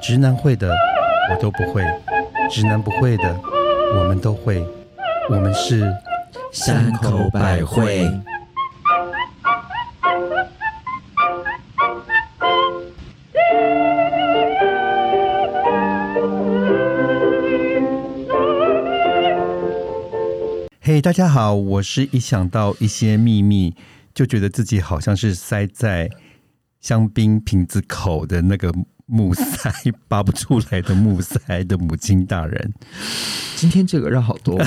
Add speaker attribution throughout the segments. Speaker 1: 直男会的我都不会，直男不会的我们都会，我们是
Speaker 2: 山口百惠。
Speaker 1: 嘿大家好，我是一想到一些秘密就觉得自己好像是塞在香槟瓶子口的那个木塞拔不出来的木塞的母亲大人。
Speaker 2: 今天这个绕好多、哦。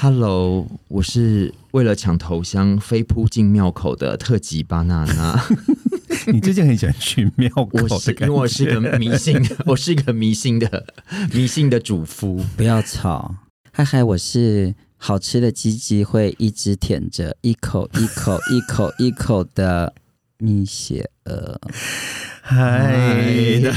Speaker 2: Hello，我是为了抢头香飞扑进庙口的特级巴娜 娜。
Speaker 1: 你最近很喜欢去庙
Speaker 2: 我
Speaker 1: 口的
Speaker 2: 是因
Speaker 1: 感
Speaker 2: 为
Speaker 1: 觉，
Speaker 2: 我是个迷信，我是一个迷信的迷信的主夫。
Speaker 3: 不要吵。嗨嗨，我是好吃的鸡鸡，会一直舔着一口一口一口一口的蜜雪儿。
Speaker 2: 嗯
Speaker 1: 嗨，
Speaker 2: 哎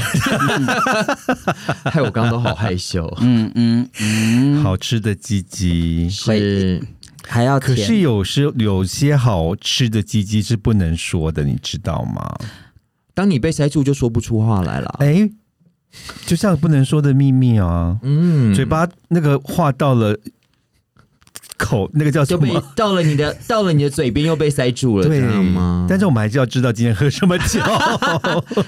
Speaker 2: 害我刚刚都好害 羞。
Speaker 3: 嗯嗯嗯，
Speaker 1: 好吃的鸡鸡。
Speaker 2: 是
Speaker 3: 还要
Speaker 1: 可是
Speaker 3: 舔。
Speaker 1: 有时有些好吃的鸡鸡是不能说的，你知道吗？
Speaker 3: 哦
Speaker 2: 当你被塞住就说不出话来了。
Speaker 1: 哎、就像不能说的秘密啊，
Speaker 2: 嗯，
Speaker 1: 嘴巴那个话到了口，那个叫
Speaker 2: 就
Speaker 1: 什
Speaker 2: 被
Speaker 1: 么？
Speaker 2: 到了你的到了你的嘴边又被塞住了，
Speaker 1: 对
Speaker 2: 知道吗？
Speaker 1: 但是我们还是要知道今天喝什么 酒。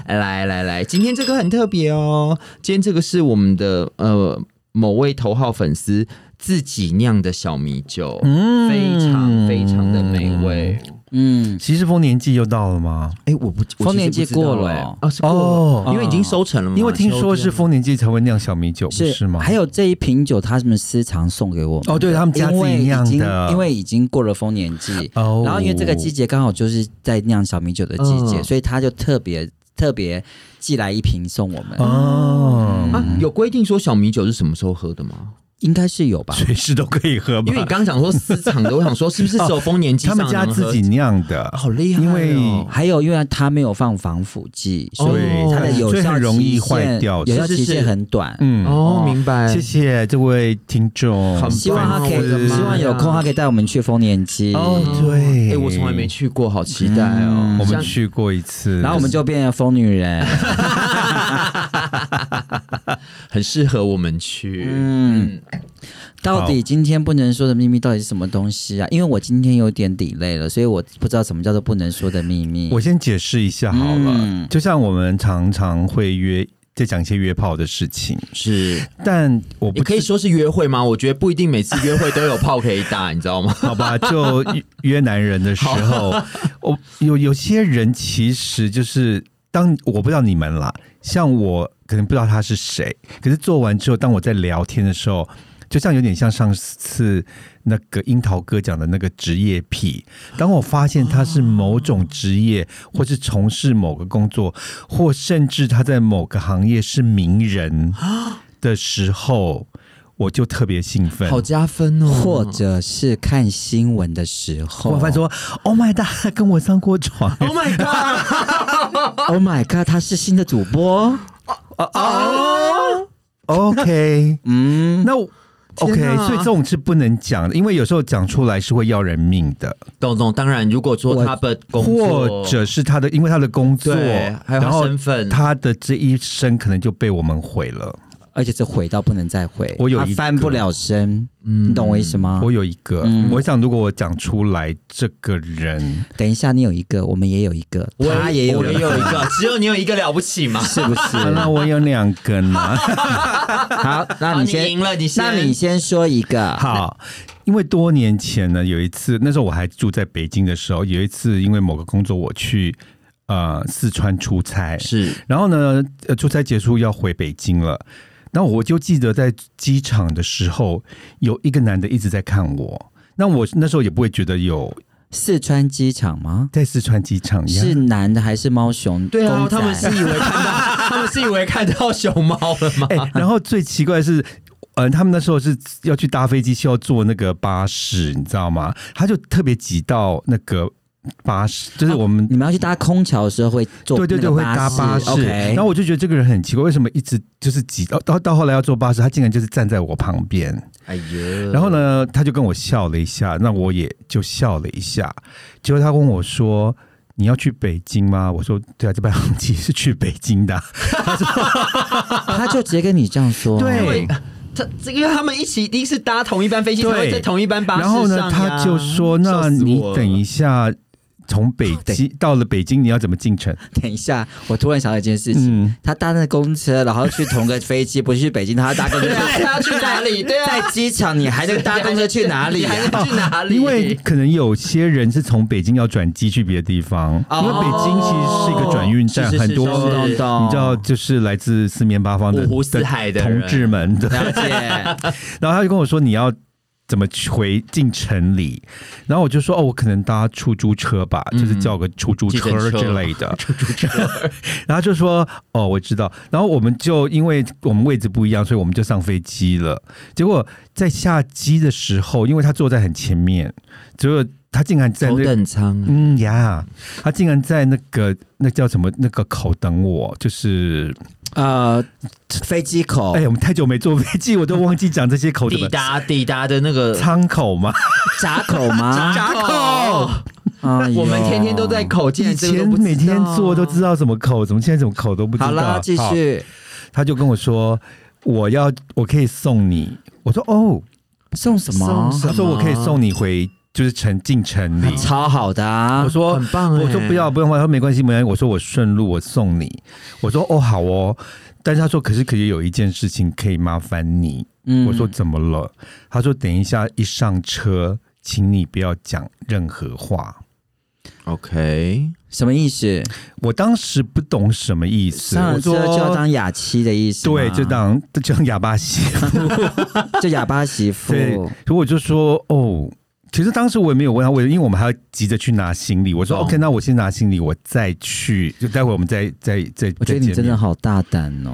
Speaker 2: 来来来，今天这个很特别哦，今天这个是我们的呃某位头号粉丝自己酿的小米酒，
Speaker 1: 嗯
Speaker 2: 非常非常的美味。
Speaker 3: 嗯，
Speaker 1: 其实丰年季又到了吗？
Speaker 2: 哎、我不，我
Speaker 3: 丰年
Speaker 2: 其实
Speaker 3: 季
Speaker 2: 不知道
Speaker 3: 过了
Speaker 2: 哎
Speaker 3: 哦
Speaker 2: 哦，是过了，
Speaker 3: 哦
Speaker 2: 因为已经收成了嘛，
Speaker 1: 因为听说是
Speaker 2: 秋天
Speaker 1: 丰年季才会酿小米酒，不
Speaker 3: 是
Speaker 1: 是吗？
Speaker 3: 还有这一瓶酒，他们私藏送给我们。
Speaker 1: 哦，对他们家
Speaker 3: 因
Speaker 1: 自
Speaker 3: 为
Speaker 1: 己
Speaker 3: 已
Speaker 1: 酿
Speaker 3: 经
Speaker 1: 的，
Speaker 3: 因为已经过了丰年季，
Speaker 1: 哦，
Speaker 3: 然后因为这个季节刚好就是在酿小米酒的季节，
Speaker 2: 嗯
Speaker 3: 所以他就特别特别寄来一瓶送我们，嗯
Speaker 1: 哦，
Speaker 2: 啊，有规定说小米酒是什么时候喝的吗？
Speaker 1: 嗯
Speaker 3: 应该是有吧？
Speaker 1: 随时都可以喝吧
Speaker 2: 因为你？刚刚讲说私藏的，我想说是不是只有丰年季
Speaker 1: 哦他
Speaker 2: 上
Speaker 1: 们
Speaker 2: 能
Speaker 1: 家自
Speaker 2: 喝
Speaker 1: 己酿的
Speaker 2: 啊，好厉害、哦！
Speaker 1: 因为
Speaker 3: 还有，因为它没有放防腐剂，所以
Speaker 2: 对
Speaker 3: 它的有
Speaker 1: 哦所以
Speaker 3: 效
Speaker 1: 很容易
Speaker 3: 期限
Speaker 1: 坏掉
Speaker 3: 有效
Speaker 2: 是
Speaker 3: 期
Speaker 2: 是是
Speaker 3: 限很短。
Speaker 1: 嗯，
Speaker 2: 哦，明白，
Speaker 1: 谢谢这位听众，
Speaker 2: 很棒
Speaker 3: 希望他可
Speaker 2: 我的
Speaker 3: 以，
Speaker 2: 妈呀
Speaker 3: 希望有空他可以带我们去丰年期，
Speaker 1: 哦
Speaker 2: 哦，
Speaker 1: 对，嗯
Speaker 2: 哎、我从来没，去过，好期待哦！
Speaker 1: 我们
Speaker 2: 像
Speaker 1: 去过一次，
Speaker 3: 然后我们就变成疯女人。
Speaker 2: 很适合我们去。
Speaker 3: 嗯，到底今天不能说的秘密到底是什么东西啊？因为我今天有点底累了，所以我不知道什么叫做不能说的秘密。
Speaker 1: 我先解释一下好了，
Speaker 3: 嗯
Speaker 1: 就像我们常常会约。在讲一些约炮的事情，
Speaker 2: 是，
Speaker 1: 但我
Speaker 2: 也
Speaker 1: 不
Speaker 2: 可以
Speaker 1: 知
Speaker 2: 说是约会吗？我觉得不一定每次约会都有炮可以打， 你知道吗？
Speaker 1: 好吧，就约约男人的时候，我有有些人其实就是当我不知道你们啦，像我可能不知道他是谁，可是做完之后，当我在聊天的时候，就像有点像上次那个樱桃哥讲的那个职业癖，当我发现他是某种职业，或是从事某个工作，或甚至他在某个行业是名人的时候。我就特别兴奋，
Speaker 2: 好加分哦！
Speaker 3: 或者是看新闻的时候，
Speaker 1: 我发现说：“Oh my god，跟 我上过床。
Speaker 2: ，Oh my god！
Speaker 3: ：“Oh my god，他是新的主播。
Speaker 1: ”OK，”
Speaker 3: 嗯，
Speaker 1: 那我 OK，
Speaker 2: 天哪
Speaker 1: 所以这种是不能讲的，因为有时候讲出来是会要人命的，
Speaker 2: 懂懂，当然，如果说
Speaker 3: 我
Speaker 2: 他的工作
Speaker 1: 或者是他的因为他的工作，
Speaker 2: 对，还有
Speaker 1: 然
Speaker 2: 他
Speaker 1: 后
Speaker 2: 身份，
Speaker 1: 他的这一生可能就被我们毁了。
Speaker 3: 而且是毁到不能再毁，
Speaker 1: 我有
Speaker 3: 他
Speaker 1: 一个
Speaker 3: 翻不了身，
Speaker 2: 嗯
Speaker 3: 你懂我意思吗？
Speaker 1: 我有一个，
Speaker 3: 嗯
Speaker 1: 我想如果我讲出来，这个人
Speaker 3: 等一下，你有一个，我们也有一个，
Speaker 2: 我
Speaker 3: 他也有
Speaker 2: 我也
Speaker 3: 一个，
Speaker 2: 有一个，只有你有一个了不起嘛？
Speaker 3: 是不
Speaker 1: 啊
Speaker 3: 是？
Speaker 1: 那我有两个 呢。
Speaker 3: 好，那
Speaker 2: 好
Speaker 3: 你
Speaker 2: 你
Speaker 3: 先
Speaker 2: 赢，了，你
Speaker 3: 那
Speaker 2: 先，
Speaker 3: 你先说一个。
Speaker 1: 好，因为多年前呢，有一次，那时候我还住在北京的时候，有一次因为某个工作，我去呃四川出差，
Speaker 2: 是
Speaker 1: 然后呢，呃，出差结束要回北京了。那我就记得在机场的时候，有一个男的一直在看我。那我那时候也不会觉得有
Speaker 3: 四川机场吗？
Speaker 1: 在四川机场一样
Speaker 3: 是男的还是猫熊？
Speaker 2: 对啊，
Speaker 3: 公仔
Speaker 2: 他们是以为看 到，他们是以为看到熊猫了吗？
Speaker 1: 哎、然后最奇怪的是，嗯，他们那时候是要去搭飞机，需要坐那个巴士，你知道吗？他就特别挤到那个巴士，就是我们、
Speaker 3: 你们要去搭空桥的时候会哦坐
Speaker 1: 对对对
Speaker 3: 那个
Speaker 1: 会搭巴士。
Speaker 3: OK，
Speaker 1: 然后我就觉得这个人很奇怪，为什么一直就是挤到到到后来要坐巴士，他竟然就是站在我旁边。
Speaker 2: 哎呀
Speaker 1: 然后？呢，他就跟我笑了一下，那我也就笑了一下。结果他问我说：“你要去北京吗？我说对啊，这班航机是去北京的啊。
Speaker 3: 他就直接跟你这样说，
Speaker 1: 对，
Speaker 2: 哎他这因为他们一起一定是搭同一班飞机，才
Speaker 1: 对
Speaker 2: 会在同一班巴士
Speaker 1: 然
Speaker 2: 上
Speaker 1: 后呢，
Speaker 2: 呀
Speaker 1: 他就说：“那
Speaker 2: 笑死
Speaker 1: 你
Speaker 2: 我了
Speaker 1: 等一下，从北京到了北京，你要怎么进城
Speaker 3: 等一下，我突然想到一件事情，
Speaker 1: 嗯
Speaker 3: 他搭那公车，然后去同个飞机，不是去北京，他要搭公 车
Speaker 2: 对啊，他要去哪里？对啊，
Speaker 3: 在机场，你还能搭公车去哪 里
Speaker 2: 你
Speaker 3: 啊、
Speaker 2: 还能 去哪？”里？
Speaker 1: 因为可能有些人是从北京要转机去别的地方，
Speaker 2: 哦
Speaker 1: 因为北京其实是一个转运站，
Speaker 3: 是是
Speaker 1: 很多
Speaker 3: 是是
Speaker 1: 你
Speaker 3: 是懂
Speaker 1: 知道，就是来自四面八方的
Speaker 2: 五湖四海的人
Speaker 1: 同志们对
Speaker 3: 了解，
Speaker 1: 然后他就跟我说：“你要。”怎么回进城里？然后我就说哦，我可能搭出租车吧，就是叫个出租
Speaker 2: 嗯计程
Speaker 1: 车
Speaker 2: 车
Speaker 1: 之类的。 然后就说哦，我知道。然后我们就因为我们位置不一样，所以我们就上飞机了。结果在下机的时候，因为他坐在很前面，结果他竟然在
Speaker 3: 头
Speaker 1: 那
Speaker 3: 等舱啊，
Speaker 1: 嗯呀，他竟然在那个那叫什么那个口等我，就是
Speaker 3: 呃，飞机
Speaker 2: 哦
Speaker 3: 口，
Speaker 1: 哎呀，我们太久没坐飞机，我都忘记讲这些口怎
Speaker 2: 抵
Speaker 1: 么
Speaker 2: 达抵达的那个
Speaker 1: 舱口嘛。
Speaker 3: 闸口吗？
Speaker 2: 闸口，
Speaker 3: 哎呦
Speaker 2: 我们天天都在
Speaker 3: 哦
Speaker 2: 口，竟
Speaker 1: 以
Speaker 2: 然这个
Speaker 1: 前
Speaker 2: 都不知道
Speaker 1: 每天做都知道怎么口，怎么现在怎么口都不知道。
Speaker 3: 好了，继
Speaker 1: 好
Speaker 3: 续
Speaker 1: 他就跟我说：“我要，我可以送你。”我说：“哦。
Speaker 3: 送什么？
Speaker 1: 他说：“我可以送你回，就是城进城里。
Speaker 3: 超好的啊！
Speaker 1: 我说：“
Speaker 2: 很棒哎、
Speaker 1: 我
Speaker 3: 欸
Speaker 1: 说不要不用，他说没关系没关系。”我说：“我顺路我送你。”我说：“哦好哦。”但是他说：“可是可以有一件事情可以麻烦你。”
Speaker 3: 嗯
Speaker 1: 我说：“怎么了？”他说：“等一下一上车，请你不要讲任何话。”
Speaker 2: ，OK，
Speaker 3: 什么意思？
Speaker 1: 我当时不懂什么意思，
Speaker 3: 上
Speaker 1: 我
Speaker 3: 了车
Speaker 1: 说
Speaker 3: 就要当哑妻的意思吗，哦
Speaker 1: 对，就当 就当哑巴媳妇。
Speaker 3: 就哑巴媳妇。
Speaker 1: 对，所以我就说哦，其实当时我也没有问他，我因为我们还要急着去拿行李，我
Speaker 3: 哦
Speaker 1: 说、
Speaker 2: 懂
Speaker 1: OK，那我先拿行李，我再去，就待会我们再再再
Speaker 3: 我觉
Speaker 1: 再
Speaker 3: 得你
Speaker 1: 见
Speaker 3: 真的
Speaker 1: 面。
Speaker 3: 好大胆哦，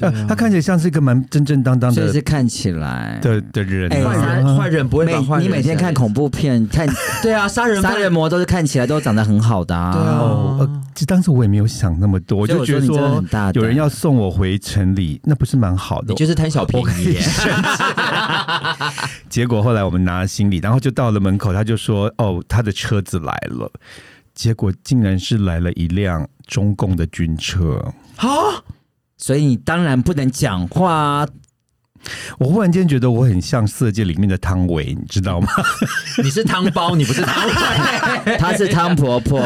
Speaker 1: 呃，他看起来像是一个蛮正正当当
Speaker 3: 所以
Speaker 1: 的
Speaker 3: 是看起来。
Speaker 1: 的的人、
Speaker 3: 哎
Speaker 1: 啊，
Speaker 2: 坏人坏人不会把坏
Speaker 3: 每
Speaker 2: 人
Speaker 3: 你每天看恐怖片， 看
Speaker 2: 对啊，杀人
Speaker 3: 杀人魔都是看起来都长得很好的啊。
Speaker 2: 对啊
Speaker 1: 哦，呃，其实当时我也没有想那么多，我
Speaker 3: 所以
Speaker 1: 就
Speaker 3: 我
Speaker 1: 觉
Speaker 3: 说
Speaker 1: 得
Speaker 3: 你真的
Speaker 1: 说
Speaker 3: 很大胆
Speaker 1: 有人要送我回城里，那不是蛮好的
Speaker 2: 你。就是贪小便宜耶，
Speaker 1: 结果后来我们拿了行李，然后就到了门口，他就说：“哦，他的车子来了。”结果竟然是来了一辆中共的军车。
Speaker 2: 好，
Speaker 3: 所以你当然不能讲话啊。
Speaker 1: 我忽然间觉得我很像《色戒》里面的汤唯，你知道吗？
Speaker 2: 你是汤包，你不是汤包，
Speaker 3: 她是汤婆婆，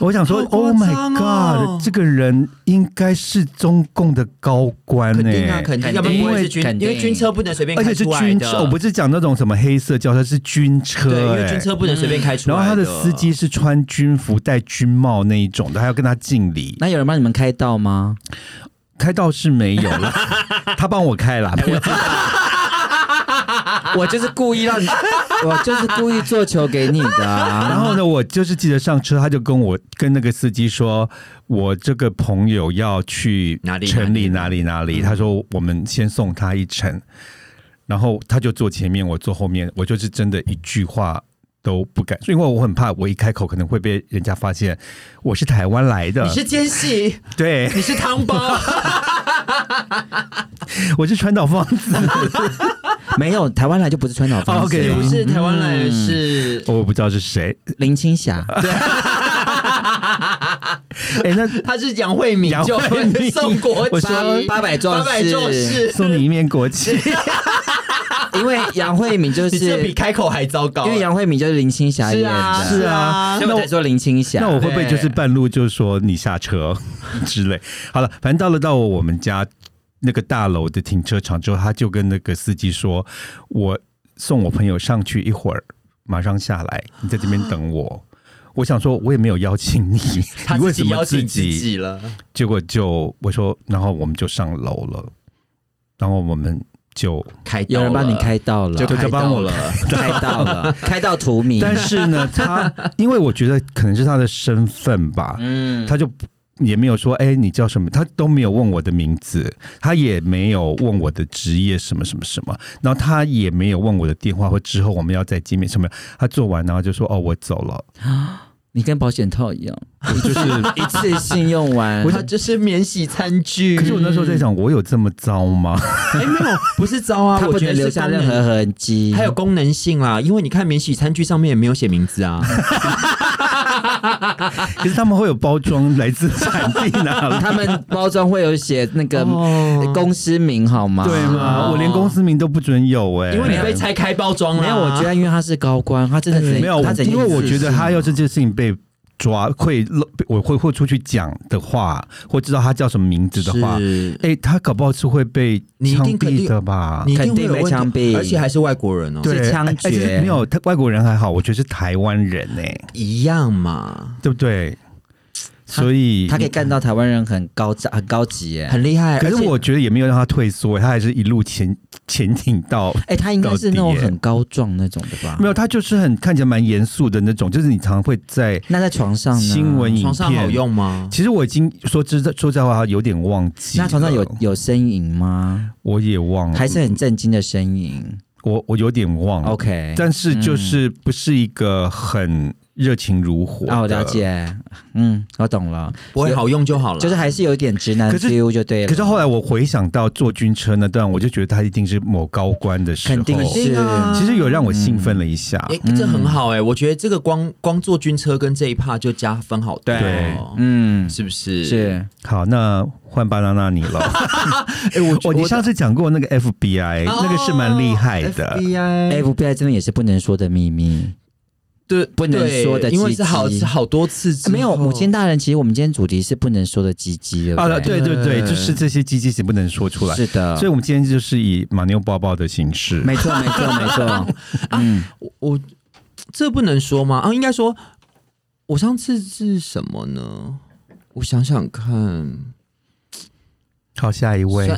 Speaker 1: 我想说、
Speaker 2: 好
Speaker 1: o
Speaker 2: 夸
Speaker 1: h my
Speaker 2: 张
Speaker 1: God，、
Speaker 2: 哦
Speaker 1: 这个人应该是中共的高官
Speaker 2: 肯
Speaker 1: 呢、
Speaker 2: 定啊，肯定，要不然不会是军，
Speaker 3: 肯
Speaker 2: 因
Speaker 3: 定
Speaker 2: 为军车不能随便
Speaker 1: 而
Speaker 2: 开
Speaker 1: 且是
Speaker 2: 出来
Speaker 1: 军车，
Speaker 2: 的，
Speaker 1: 我不是讲那种什么黑色轿车，是军车、
Speaker 2: 对，因为
Speaker 1: 哎嗯
Speaker 2: 军车不能随便开出来
Speaker 1: 然后他的司机是穿军服、戴军帽那一种的，还要跟他敬礼。
Speaker 3: 那有人帮你们开 道吗？
Speaker 1: 开倒是没有了，他帮我开
Speaker 2: 哎
Speaker 1: 了。
Speaker 3: 我就是故意让你， 我就是故意做球给你的
Speaker 1: 然
Speaker 3: 啊。
Speaker 1: 后呢，我就是记得上车，他就跟我跟那个司机说，我这个朋友要去
Speaker 2: 哪里嗯
Speaker 1: 城里
Speaker 2: 哪
Speaker 1: 哪里哪里，他说我们先送他一程，然后他就坐前面，我坐后面，我就是真的一句话。都不敢，因为我很怕，我一开口可能会被人家发现我是台湾来的
Speaker 2: 你。是奸细，
Speaker 1: 对，
Speaker 2: 你是汤包，
Speaker 1: 我是川岛芳子，
Speaker 3: 没有，台湾来就不是川岛芳子
Speaker 1: OK
Speaker 3: 啊，
Speaker 2: 不是台湾来的是
Speaker 1: 我不知道是谁。
Speaker 3: 林 青霞。
Speaker 1: 哎，那
Speaker 2: 他是杨惠敏，
Speaker 1: 杨
Speaker 2: 就
Speaker 1: 惠敏
Speaker 2: 宋国
Speaker 1: 我
Speaker 2: 旗
Speaker 1: 说
Speaker 3: 八百壮
Speaker 2: 八百壮
Speaker 3: 士
Speaker 2: 士，
Speaker 1: 送你一面国旗。
Speaker 3: 因为杨惠敏就
Speaker 2: 你这比
Speaker 3: 是，
Speaker 2: 开口还糟糕。哎
Speaker 3: 因为杨惠敏就是林青霞
Speaker 2: 是
Speaker 3: 演
Speaker 2: 啊
Speaker 3: 的，
Speaker 1: 是啊
Speaker 3: 所以我才说林青霞。
Speaker 1: 那我会不会就是半路就说你下车 之类？好了，反正到了到我们家那个大楼的停车场之后，他就跟那个司机说：“我送我朋友上去一会儿，马上下来，你在这边等我。”我想说，我也没有邀请你，
Speaker 2: 啊他
Speaker 1: 你为
Speaker 2: 自
Speaker 1: 什
Speaker 2: 己
Speaker 1: 么
Speaker 2: 邀请
Speaker 1: 自
Speaker 2: 自
Speaker 1: 己？
Speaker 2: 己了，
Speaker 1: 结果就我说，然后我们就上楼了，然后我们就，
Speaker 2: 开刀
Speaker 3: 有人帮你开道了
Speaker 2: 了，？就
Speaker 1: 就帮我
Speaker 2: 了。
Speaker 3: 开道了，开道荼蘼。
Speaker 1: 但是呢， 他因为我觉得可能是他的身份吧，
Speaker 3: 嗯，
Speaker 1: 他就也没有说，哎、你叫什么？他都没有问我的名字，他也没有问我的职业什么什么什么，然后他也没有问我的电话或之后我们要再见面什么。他做完然后就说，哦，我走了。
Speaker 3: 你跟保险套一样，
Speaker 1: 就是。
Speaker 3: 一次性用完。
Speaker 2: 它就是免洗餐具。
Speaker 1: 可是我那时候在想，我有这么糟吗？
Speaker 2: 哎、没有，不是糟啊，
Speaker 3: 它
Speaker 2: 我
Speaker 3: 不
Speaker 2: 觉得
Speaker 3: 能
Speaker 2: 是
Speaker 3: 留下
Speaker 2: 功
Speaker 3: 任
Speaker 2: 能
Speaker 3: 何痕迹，
Speaker 2: 还有功能性啦，因为你看免洗餐具上面也没有写名字啊。
Speaker 1: 可是他们会有包装来自产地哪 里？
Speaker 3: 嗯他们包装会有写那个
Speaker 2: 哦
Speaker 3: 公司名好吗？
Speaker 1: 嗯对吗？我连公司名都不准有哎、
Speaker 2: 因为你被拆开包装了。
Speaker 3: 没有，我觉得因为他是高官，他真的是
Speaker 1: 没有，
Speaker 3: 他
Speaker 1: 我
Speaker 3: 整
Speaker 1: 因为我觉得他要
Speaker 3: 是
Speaker 1: 是这件事情被抓，会漏我会会出去讲的话，或知道他叫什么名字的话，
Speaker 2: 是
Speaker 1: 哎、他搞不好是会被
Speaker 2: 你一
Speaker 1: 枪
Speaker 2: 定肯
Speaker 1: 毙
Speaker 2: 定
Speaker 1: 的吧？
Speaker 2: 你一定
Speaker 3: 肯定
Speaker 2: 会有
Speaker 3: 被
Speaker 2: 问
Speaker 3: 枪
Speaker 2: 题
Speaker 3: 毙
Speaker 2: 而且还是外国人哦，
Speaker 1: 对，
Speaker 3: 是枪
Speaker 1: 哎哎其实
Speaker 3: 决
Speaker 1: 没有他外国人还好，我觉得是台湾人哎、
Speaker 2: 一样嘛，
Speaker 1: 对不对？所以
Speaker 3: 他可以干到台湾人很高价很高级耶。
Speaker 2: 很厉害。
Speaker 1: 可是
Speaker 2: 而且
Speaker 1: 我觉得也没有让他退缩，他还是一路前前挺到。
Speaker 3: 哎、他应该是那
Speaker 1: 到
Speaker 3: 种
Speaker 1: 底耶
Speaker 3: 很高壮那种的吧？
Speaker 1: 没有，，他就是很看起来蛮严肃的那种，就是你常会在
Speaker 3: 那在床上呢？
Speaker 1: 新闻影
Speaker 2: 床上好
Speaker 1: 片。
Speaker 2: 用吗？
Speaker 1: 其实我已经说知说实在话，有点忘记了。
Speaker 3: 那床上有有呻吟吗？
Speaker 1: 我也忘了，
Speaker 3: 还是很震惊的呻吟
Speaker 1: 我我有点忘了。
Speaker 3: ？OK，
Speaker 1: 哦
Speaker 3: 嗯
Speaker 1: 但是就是不是一个很热情如火
Speaker 3: 啊，我
Speaker 1: 的
Speaker 3: 了。解，嗯，我懂了，
Speaker 2: 不会好用就好了。
Speaker 3: 就是还是有一点直男
Speaker 1: 可是
Speaker 3: feel 就对了。
Speaker 1: 可是后来我回想到坐军车那段，我就觉得他一定是某高官的时候，
Speaker 3: 肯定嗯
Speaker 2: 肯定啊，
Speaker 1: 其实有让我兴奋了一下。
Speaker 2: 哎、这很好哎、我觉得这个光光坐军车跟这一趴就加分好多、
Speaker 1: 对
Speaker 2: 哦，
Speaker 3: 嗯，
Speaker 2: 是不是？
Speaker 3: 是
Speaker 1: 好，那换巴娜娜你 了。哎，我我你上次讲过那个 FBI，
Speaker 2: 哦
Speaker 1: 那个是蛮厉害的。
Speaker 2: FBI
Speaker 3: FBI 真的也是不能说的秘密。
Speaker 2: 对，不
Speaker 3: 能说的
Speaker 2: 因为
Speaker 3: 鸡
Speaker 2: 是好
Speaker 3: 鸡
Speaker 2: 是好多次之后
Speaker 3: 呃啊没有母亲大人，其实我们今天主题是不能说的鸡鸡的。
Speaker 1: 啊，
Speaker 3: 不
Speaker 1: 对对对，就是这些鸡鸡是不能说出来，
Speaker 3: 是的，
Speaker 1: 所以我们今天就是以马妞抱抱的形式。
Speaker 3: 没错没错没错。嗯，
Speaker 2: 我我这不能说吗？啊，应该说，我上次是什么呢？我想想看，
Speaker 1: 好，下一位，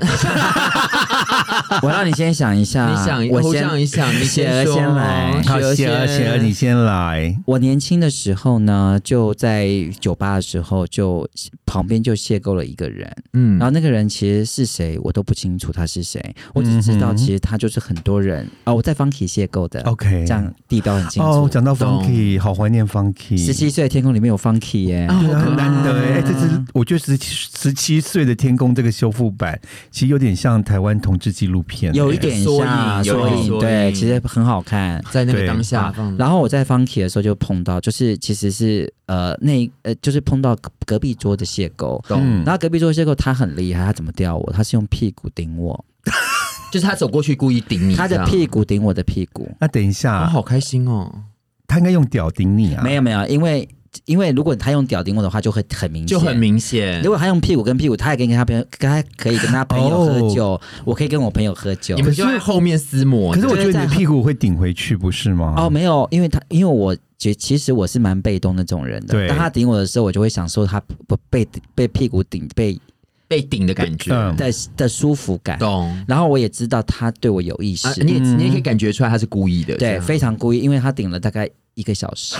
Speaker 3: 我让你先想一下，
Speaker 2: 你想，
Speaker 3: 啊我
Speaker 2: 我
Speaker 3: 先
Speaker 2: 想一想，你
Speaker 3: 雪儿
Speaker 2: 说
Speaker 3: 先来
Speaker 1: 好，雪儿，雪儿，你先来。
Speaker 3: 我年轻的时候呢，就在酒吧的时候，就旁边就邂逅了一个人，
Speaker 2: 嗯
Speaker 3: 然后那个人其实是谁，我都不清楚他是谁，我只知道
Speaker 1: 嗯哼
Speaker 3: 其实他就是很多人哦，我在 Funky 邂逅的，
Speaker 1: OK，
Speaker 3: 这样地道很清
Speaker 1: 哦，
Speaker 3: 楚。
Speaker 1: 讲到
Speaker 2: 懂
Speaker 1: Funky，好怀念 Funky。
Speaker 3: 十七岁的天空里面有 Funky 耶、
Speaker 2: 啊
Speaker 1: 对啊，很难得哎、
Speaker 2: 啊
Speaker 1: 这是我觉得十七十七岁的天空这个修复版，其实有点像台湾同志纪录片、欸
Speaker 3: 有一点像
Speaker 2: 缩影有一点缩影
Speaker 3: 对，其实很好看。
Speaker 2: 在那个
Speaker 1: 对
Speaker 2: 当下放，
Speaker 3: 然后我在 Funky 的时候就碰到，就是其实是呃那呃就是碰到隔隔壁桌的邂逅，
Speaker 1: 嗯
Speaker 3: 然后隔壁桌的邂逅他很厉害，他怎么吊我？他是用屁股顶我，
Speaker 2: 就是他走过去故意顶你，
Speaker 3: 他
Speaker 2: 这
Speaker 3: 的
Speaker 2: 样，
Speaker 3: 屁股顶我的屁股，
Speaker 1: 那等一
Speaker 2: 我、
Speaker 1: 下，
Speaker 2: 好开心哦，
Speaker 1: 他应该用屌顶你啊？
Speaker 3: 没有没有，因为因为如果他用屌顶我的话，就会很明显，
Speaker 2: 就很。明显
Speaker 3: 如。果他用屁股跟屁股，他也可以跟他朋友，跟他可以跟他朋友喝酒，我可以跟我朋友喝酒
Speaker 2: 哦你。们
Speaker 1: 可是
Speaker 2: 就在后面撕磨，
Speaker 1: 可是我
Speaker 3: 就
Speaker 1: 觉
Speaker 3: 是
Speaker 1: 得你
Speaker 3: 在
Speaker 1: 屁股会顶回去，不是吗？嗯
Speaker 3: 哦，没有，因为他因为我觉其实我是蛮被动那种人
Speaker 1: 对
Speaker 3: 的。当他顶我的时候，我就会享受他不被被屁股顶被
Speaker 2: 被顶的感觉，
Speaker 1: 嗯
Speaker 3: 的的舒服感。
Speaker 2: 懂？
Speaker 3: 然后我也知道他对我有意识，
Speaker 2: 啊，你也
Speaker 1: 嗯
Speaker 2: 你也可以感觉出来他是故意的，这
Speaker 3: 对
Speaker 2: 样
Speaker 3: 非常故意，因为他顶了大概一个 小时，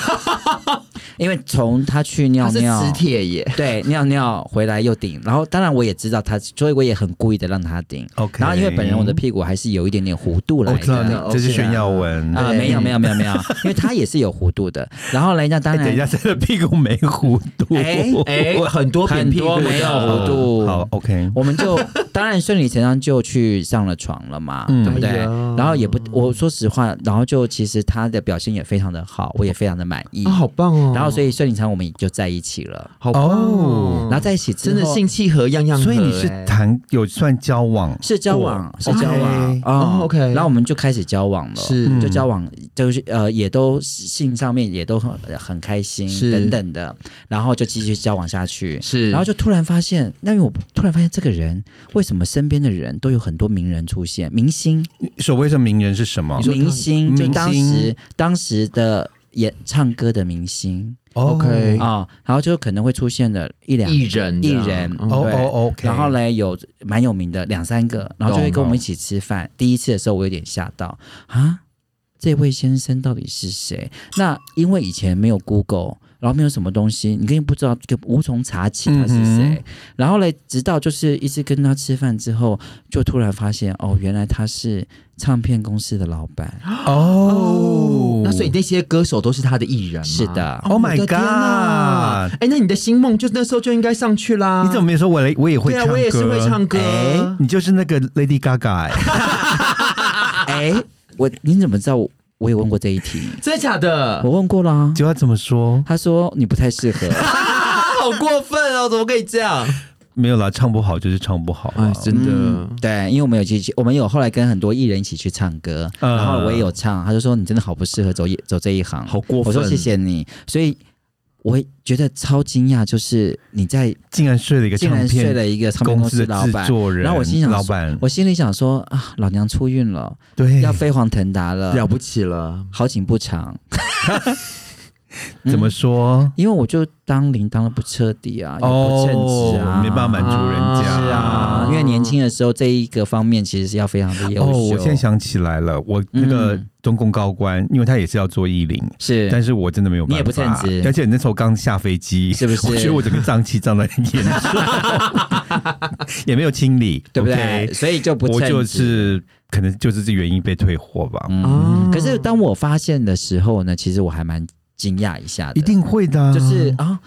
Speaker 3: 因为从他去尿
Speaker 2: 他是
Speaker 3: 尿
Speaker 2: 磁。铁 耶，
Speaker 3: 对，尿尿回来又顶，然后当然我也知道他，所以我也很故意的让他顶。
Speaker 1: OK
Speaker 3: 然后因为本人我的屁股还是有一点点弧度来
Speaker 1: 我知道
Speaker 3: 的哦
Speaker 1: 你
Speaker 2: 来的
Speaker 1: 这是
Speaker 2: OK 啊
Speaker 1: 炫耀文。
Speaker 3: 啊、
Speaker 2: 对
Speaker 3: 没有没有没有没有，因为他也是有弧度的。然后人家当
Speaker 1: 哎，
Speaker 3: 然
Speaker 1: 等一下，他的屁股没弧度。
Speaker 3: 哎
Speaker 2: 哎，很多扁
Speaker 3: 很
Speaker 2: 屁股
Speaker 3: 多
Speaker 2: 的
Speaker 3: 没有
Speaker 1: 好
Speaker 3: 弧度，
Speaker 1: 好，OK。
Speaker 3: 我们 就当然顺理成章就去上了床了嘛，
Speaker 1: 嗯
Speaker 3: 对不对？
Speaker 2: 哎呀
Speaker 3: 然后也不，我说实话，然后就其实他的表现也非常的好，我也非常的满意。
Speaker 2: 啊，好棒哦！
Speaker 3: 然后所以顺理成章我们也就在一起了。
Speaker 2: 好棒
Speaker 1: 哦
Speaker 2: 哦，
Speaker 3: 然后在一起之
Speaker 2: 真
Speaker 3: 后
Speaker 2: 的性契合样样合，
Speaker 1: 所以你是
Speaker 2: 哎
Speaker 1: 谈有算交往？
Speaker 3: 是交往，是交
Speaker 1: OK
Speaker 3: 往
Speaker 2: 哦
Speaker 3: 嗯
Speaker 2: OK
Speaker 3: 然后我们就开始交往了，
Speaker 2: 是
Speaker 3: 就交往，就是呃，也都性上面也都很很开心
Speaker 2: 是
Speaker 3: 等等的，然后就继续交往下去。
Speaker 2: 是，
Speaker 3: 然后就突然发现，那因为我突然发现这个人为什么身边的人都有很多名人出现，明星，
Speaker 1: 所谓的名人是什么
Speaker 2: 哦你说
Speaker 3: 明星，
Speaker 1: 明
Speaker 3: 就
Speaker 1: 星
Speaker 3: 当时当时的演唱歌的明星
Speaker 1: 哦
Speaker 2: OK
Speaker 3: 啊、然后就可能会出现的一两，
Speaker 2: 艺人
Speaker 3: 艺人
Speaker 2: 这样
Speaker 1: 哦
Speaker 2: 嗯
Speaker 3: 对
Speaker 1: 哦，OK。
Speaker 3: 然后嘞有蛮有名的两三个，然后就会跟我们一起吃饭。第一次的时候我有点吓到啊，这位先生到底是谁？那因为以前没有 Google。然后没有什么东西，你根本不知道，就无从查起他是谁。
Speaker 1: 嗯
Speaker 3: 然后嘞，直到就是一次跟他吃饭之后，就突然发现哦，原来他是唱片公司的老 板。
Speaker 1: 哦，
Speaker 2: 那所以那些歌手都是他的艺人吗
Speaker 3: 是的
Speaker 2: 哦
Speaker 1: Oh my
Speaker 2: 我的天哪
Speaker 1: God
Speaker 2: 哎，那你的新梦就那时候就应该上去啦。
Speaker 1: 你怎么没说我来？我也会
Speaker 2: 对
Speaker 1: 唱
Speaker 2: 啊，
Speaker 1: 歌，
Speaker 2: 我也是会唱歌。
Speaker 1: 哎你就是那个 Lady Gaga，、哎
Speaker 3: 哎、我你怎么知道我？我也问过这一 题，
Speaker 2: 真的假的
Speaker 3: 我？问过啦。
Speaker 1: 就要怎么说？
Speaker 3: 他说你不太适合，
Speaker 2: 啊，好过分哦！怎么可以这样？
Speaker 1: 没有啦，唱不好就是唱不好、啊。
Speaker 2: 哎真
Speaker 3: 嗯对，因为我们有去，我们有后来跟很多艺人一起去唱歌，
Speaker 1: 嗯
Speaker 3: 然后我也有唱，他就说你真的好不适合走一走这一行，
Speaker 1: 好过
Speaker 3: 我
Speaker 1: 分
Speaker 3: 说谢谢你，所以我觉得超惊讶，就是你在
Speaker 1: 竟然睡了一个
Speaker 3: 竟
Speaker 1: 唱
Speaker 3: 然睡
Speaker 1: 片
Speaker 3: 了一个唱片
Speaker 1: 公
Speaker 3: 公
Speaker 1: 司
Speaker 3: 司
Speaker 1: 的
Speaker 3: 老
Speaker 1: 制
Speaker 3: 板，
Speaker 1: 作人，
Speaker 3: 然后我心想说
Speaker 1: 老板，哎
Speaker 3: 我心里想说啊，老娘出运了，
Speaker 1: 对，
Speaker 3: 要飞黄腾达了，
Speaker 2: 不起了，
Speaker 3: 好景不长，嗯
Speaker 1: 怎么说？
Speaker 3: 因为我就当零当的不彻底啊，也不称职啊，
Speaker 1: 哦，没办法满足人家。
Speaker 2: 是
Speaker 3: 啊，因为年轻的时候这一个方面其实是要非常的优秀。
Speaker 1: 哦，我现在想起来了，我那个
Speaker 3: 嗯
Speaker 1: 中共高官，因为他也是要做艺龄，
Speaker 3: 是，
Speaker 1: 但是我真的没有办法，
Speaker 3: 你也不称职
Speaker 1: 而且那时候刚下飞机，
Speaker 3: 是不是
Speaker 1: 我觉得我整个胀气胀得很严 重，也没有清理，
Speaker 3: 对不对
Speaker 1: OK？
Speaker 3: 所以就不称
Speaker 1: 我就
Speaker 3: 职
Speaker 1: 是可能就是这原因被退货吧，
Speaker 3: 嗯、
Speaker 2: 哦
Speaker 3: 可是当我发现的时候呢，其实我还蛮惊讶一下的，
Speaker 1: 一定会的啊，
Speaker 3: 就是啊。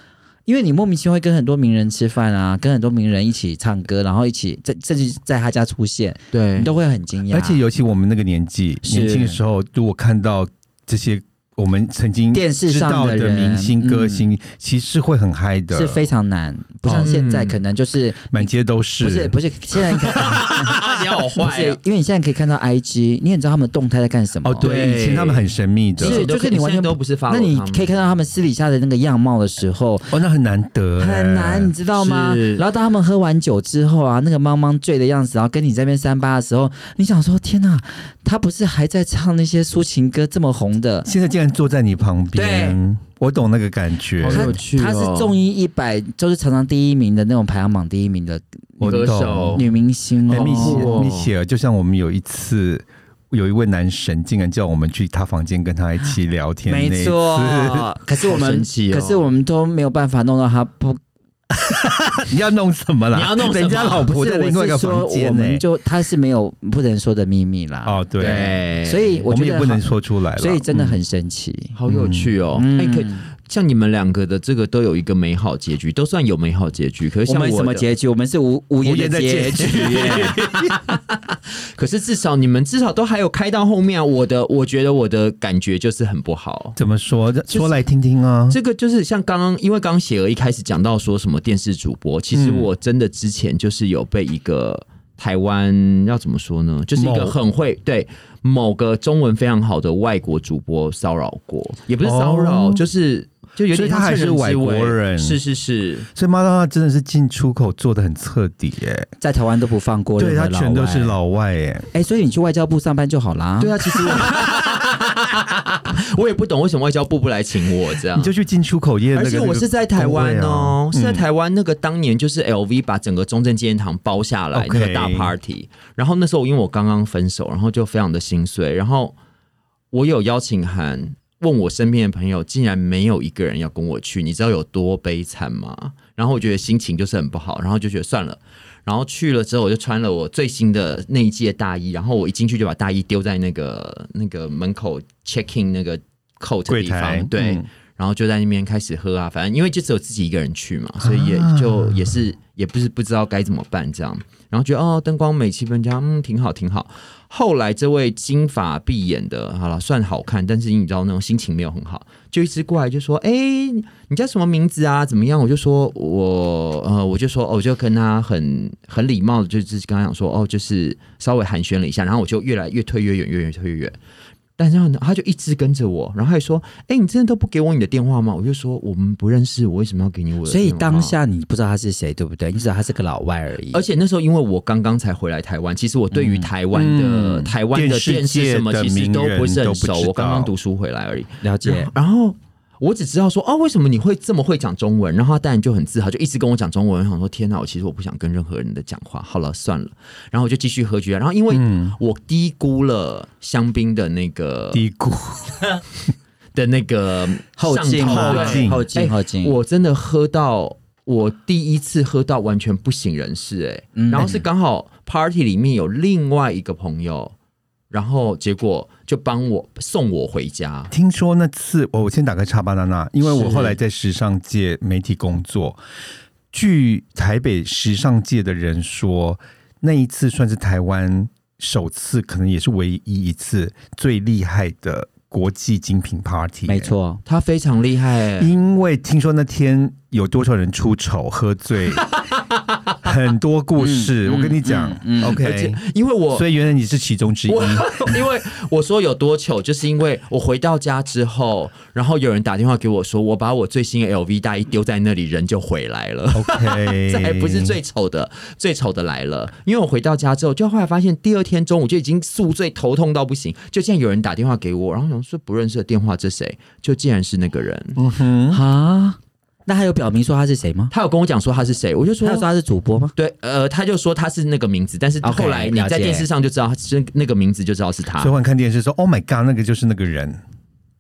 Speaker 3: 因为你莫名其妙会跟很多名人吃饭啊，跟很多名人一起唱歌，然后一起在甚至在他家出现，
Speaker 2: 对
Speaker 3: 你都会很惊讶。
Speaker 1: 而且尤其我们那个年纪，
Speaker 3: 是
Speaker 1: 年轻的时候，如果看到这些我们曾经
Speaker 3: 电视
Speaker 1: 知
Speaker 3: 上的
Speaker 1: 道的
Speaker 3: 人
Speaker 1: 明星歌
Speaker 3: 嗯
Speaker 1: 星，其实会很嗨的，
Speaker 3: 是非常难，不像
Speaker 2: 哦
Speaker 3: 现在
Speaker 2: 嗯
Speaker 3: 可能就是、
Speaker 1: 满街都是，
Speaker 3: 不是不是现在可
Speaker 2: 你好
Speaker 3: 不
Speaker 2: 坏啊
Speaker 3: 是，因为你现在可以看到 IG，你也知道他们动态在干什么。
Speaker 1: 哦，对，
Speaker 2: 对
Speaker 1: 以前他们很神秘的，
Speaker 3: 是就是你完全
Speaker 2: 都不是发，
Speaker 3: 那你可以看到他们私底下的那个样貌的时候，
Speaker 1: 哦，那很难得，
Speaker 3: 很难，你。知道吗？
Speaker 2: 是
Speaker 3: 然后当他们喝完酒之后啊，那个茫茫醉的样子，然后跟你这边三八的时候，你想说天哪，他不是还在唱那些抒情歌这么红的？
Speaker 1: 现在竟然坐在你旁边，我懂那个感觉
Speaker 2: 好，
Speaker 3: 他
Speaker 2: 有趣哦
Speaker 3: 他是中音一百，就是常常第一名的那种排行榜第一名的
Speaker 1: 我
Speaker 2: 歌手
Speaker 1: 懂。
Speaker 3: 女明星
Speaker 1: 哎，
Speaker 3: 哦。
Speaker 1: 蜜雪
Speaker 2: 好酷哦
Speaker 1: 蜜雪儿，就像我们有一次。有一位男神竟然叫我们去他房间跟他一起聊天，
Speaker 3: 没
Speaker 1: 那
Speaker 3: 错， 可是我
Speaker 2: 好
Speaker 3: 们
Speaker 2: 神、奇哦
Speaker 3: 可是我们都没有办法弄到他不。
Speaker 1: 一次，你要弄什么啦？
Speaker 2: 你要弄什么
Speaker 1: 人家老
Speaker 3: 不
Speaker 1: 婆
Speaker 3: 是
Speaker 1: 在另外一个
Speaker 3: 我是说
Speaker 1: 房间
Speaker 3: 我
Speaker 1: 呢、
Speaker 3: 们就他是没有不能说的秘密啦。
Speaker 1: 哦，对，
Speaker 2: 对，
Speaker 3: 所以
Speaker 1: 我
Speaker 3: 觉
Speaker 1: 们
Speaker 3: 得
Speaker 1: 也不能说出来
Speaker 3: 好，
Speaker 1: 了。
Speaker 3: 所以
Speaker 2: 嗯
Speaker 3: 真的很神奇。
Speaker 2: 好有趣哦。
Speaker 3: 嗯
Speaker 2: 哎，可以像你们两个的这个都有一个美好结局，都算有美好结局。可是
Speaker 3: 我
Speaker 2: 像
Speaker 3: 们
Speaker 2: 的
Speaker 3: 什么？结局？我们是无无
Speaker 1: 无
Speaker 3: 言
Speaker 1: 言
Speaker 3: 的
Speaker 1: 的
Speaker 3: 结
Speaker 1: 结
Speaker 3: 局。
Speaker 1: 局，
Speaker 2: 可是至少你们至少都还有开到后面啊。我的，我觉得我的感觉就是很不好。
Speaker 1: 怎么说？说来听听啊。
Speaker 2: 这个就是像刚刚，因为刚刚雪儿一开始讲到说什么电视主播，其实
Speaker 1: 嗯
Speaker 2: 我真的之前就是有被一个台湾要怎么说呢，就是一
Speaker 1: 某
Speaker 2: 个很会对某个中文非常好的外国主播骚扰过，也不是骚扰，
Speaker 1: 哦
Speaker 2: 就是就有
Speaker 1: 所以他
Speaker 2: 点像
Speaker 1: 还是
Speaker 2: 趁之
Speaker 1: 外国
Speaker 2: 危
Speaker 1: 人
Speaker 2: 是是是，
Speaker 1: 所以妈妈真的是进出口做的很彻底耶、
Speaker 3: 在台湾都不放过任
Speaker 1: 对
Speaker 3: 何
Speaker 1: 他
Speaker 3: 老
Speaker 1: 全都是
Speaker 3: 外。
Speaker 1: 老外耶、
Speaker 3: 哎，所以你去外交部上班就好啦。
Speaker 2: 对啊，其实我 我也不懂为什么外交部不来请我这样，
Speaker 1: 你就去进出口业那
Speaker 2: 而
Speaker 1: 个。
Speaker 2: 且我是在台湾哦，
Speaker 1: 那
Speaker 2: 是
Speaker 1: 个
Speaker 2: 在
Speaker 1: 工会啊
Speaker 2: 台湾那个当年就是 LV 把整个中正纪念堂包下来
Speaker 1: OK
Speaker 2: 那个大 party，然后那时候因为我刚刚分手，然后就非常的心碎，然后我有邀请函问我身边的朋友，竟然没有一个人要跟我去，你知道有多悲惨吗？然后我觉得心情就是很不好，然后就觉得算了。然后去了之后，我就穿了我最新的那一季的大衣，然后我一进去就把大衣丢在那个那个门口 check in 那个 coat 的
Speaker 1: 柜
Speaker 2: 地方
Speaker 1: 台，
Speaker 2: 对，
Speaker 1: 嗯
Speaker 2: 然后就在那边开始喝啊，反正因为就只有自己一个人去嘛，所以也
Speaker 1: 啊
Speaker 2: 就也是也不是不知道该怎么办这样，然后觉得哦灯光美气氛佳，嗯挺好挺好。后来这位金发碧眼的，好了算好看，但是你知道那种心情没有很好，就一直过来就说：“哎、你叫什么名字啊？怎么样？”我就说：“我呃，我就说哦，我就跟他很很礼貌的，就是跟他讲说哦，就是稍微寒暄了一下，然后我就越来越退越远，越来越退越远。”但是呢，他就一直跟着我，然后还说：“哎、你真的都不给我你的电话吗？”我就说：“我们不认识，我为什么要给你我的？”
Speaker 3: 所以当，下你不知道他是谁，对不对？你只知道他是个老外而已。
Speaker 2: 而且那时候因为我刚刚才回来台湾，其实我对于台湾的、
Speaker 1: 嗯
Speaker 2: 台湾的
Speaker 1: 电视
Speaker 2: 电视
Speaker 1: 界
Speaker 2: 什么
Speaker 1: 的
Speaker 2: 其实都
Speaker 1: 名人
Speaker 2: 不是
Speaker 1: 都
Speaker 2: 很
Speaker 1: 不
Speaker 2: 熟，
Speaker 1: 知
Speaker 2: 我刚刚
Speaker 1: 道
Speaker 2: 读书回来而已。
Speaker 3: 了解
Speaker 2: 然后我只知道说，哦，为什么你会这么会讲中文？然后他当然就很自豪，就一直跟我讲中文。我想说，天哪，我其实我不想跟任何人的讲话，好了，算了。然后我就继续喝酒。然后因
Speaker 1: 嗯
Speaker 2: 为我低估了香槟的那个
Speaker 1: 低谷
Speaker 2: 的那个
Speaker 3: 后劲
Speaker 2: 上
Speaker 3: 嘛
Speaker 2: 头
Speaker 1: 后劲
Speaker 3: 后
Speaker 2: 哎
Speaker 3: 劲后劲，
Speaker 2: 我真的喝到我第一次喝到完全不省人事哎、
Speaker 3: 嗯
Speaker 2: 然后是刚好 party 里面有另外一个朋友，然后结果就帮我送我回家。
Speaker 1: 听说那次我我先打个叉巴娜娜，因为我
Speaker 2: 是
Speaker 1: 后来在时尚界媒体工作，据台北时尚界的人说，那一次算是台湾首次，可能也是唯一一次最厉害的国际精品 party。
Speaker 3: 没。错，
Speaker 2: 他非常厉害、哎
Speaker 1: 因为听说那天有多少人出丑、喝醉，很多故事。
Speaker 3: 嗯
Speaker 1: 我跟你讲、
Speaker 3: 嗯嗯
Speaker 1: o
Speaker 2: 而且
Speaker 1: k
Speaker 2: 因为我
Speaker 1: 所以原来你是其中之一。
Speaker 2: 我 因为我说有多糗，就是因为我回到家之后，然后有人打电话给我说，我把我最新的 LV 大衣丢在那里，人就回来了。
Speaker 1: OK，
Speaker 2: 这还不是最丑的，最丑的来了。因为我回到家之后，就后来发现第二天中午就已经宿醉，头痛到不行。就竟然有人打电话给我，然后想说不认识的电话，这谁？就竟然是那个人。
Speaker 1: 嗯哼，
Speaker 3: 啊，那还有表明说他是谁吗？
Speaker 2: 他有跟我讲说他是谁，我就
Speaker 3: 他
Speaker 2: 说
Speaker 3: 有说他是主播吗？
Speaker 2: 对，呃，他就说他是那个名字，但是
Speaker 3: OK，
Speaker 2: 后来你
Speaker 3: 了
Speaker 2: 在
Speaker 3: 解
Speaker 2: 电视上就知道他是那个名字，就知道是他
Speaker 1: 所以。我看电视说，Oh my God，那个就是那个人，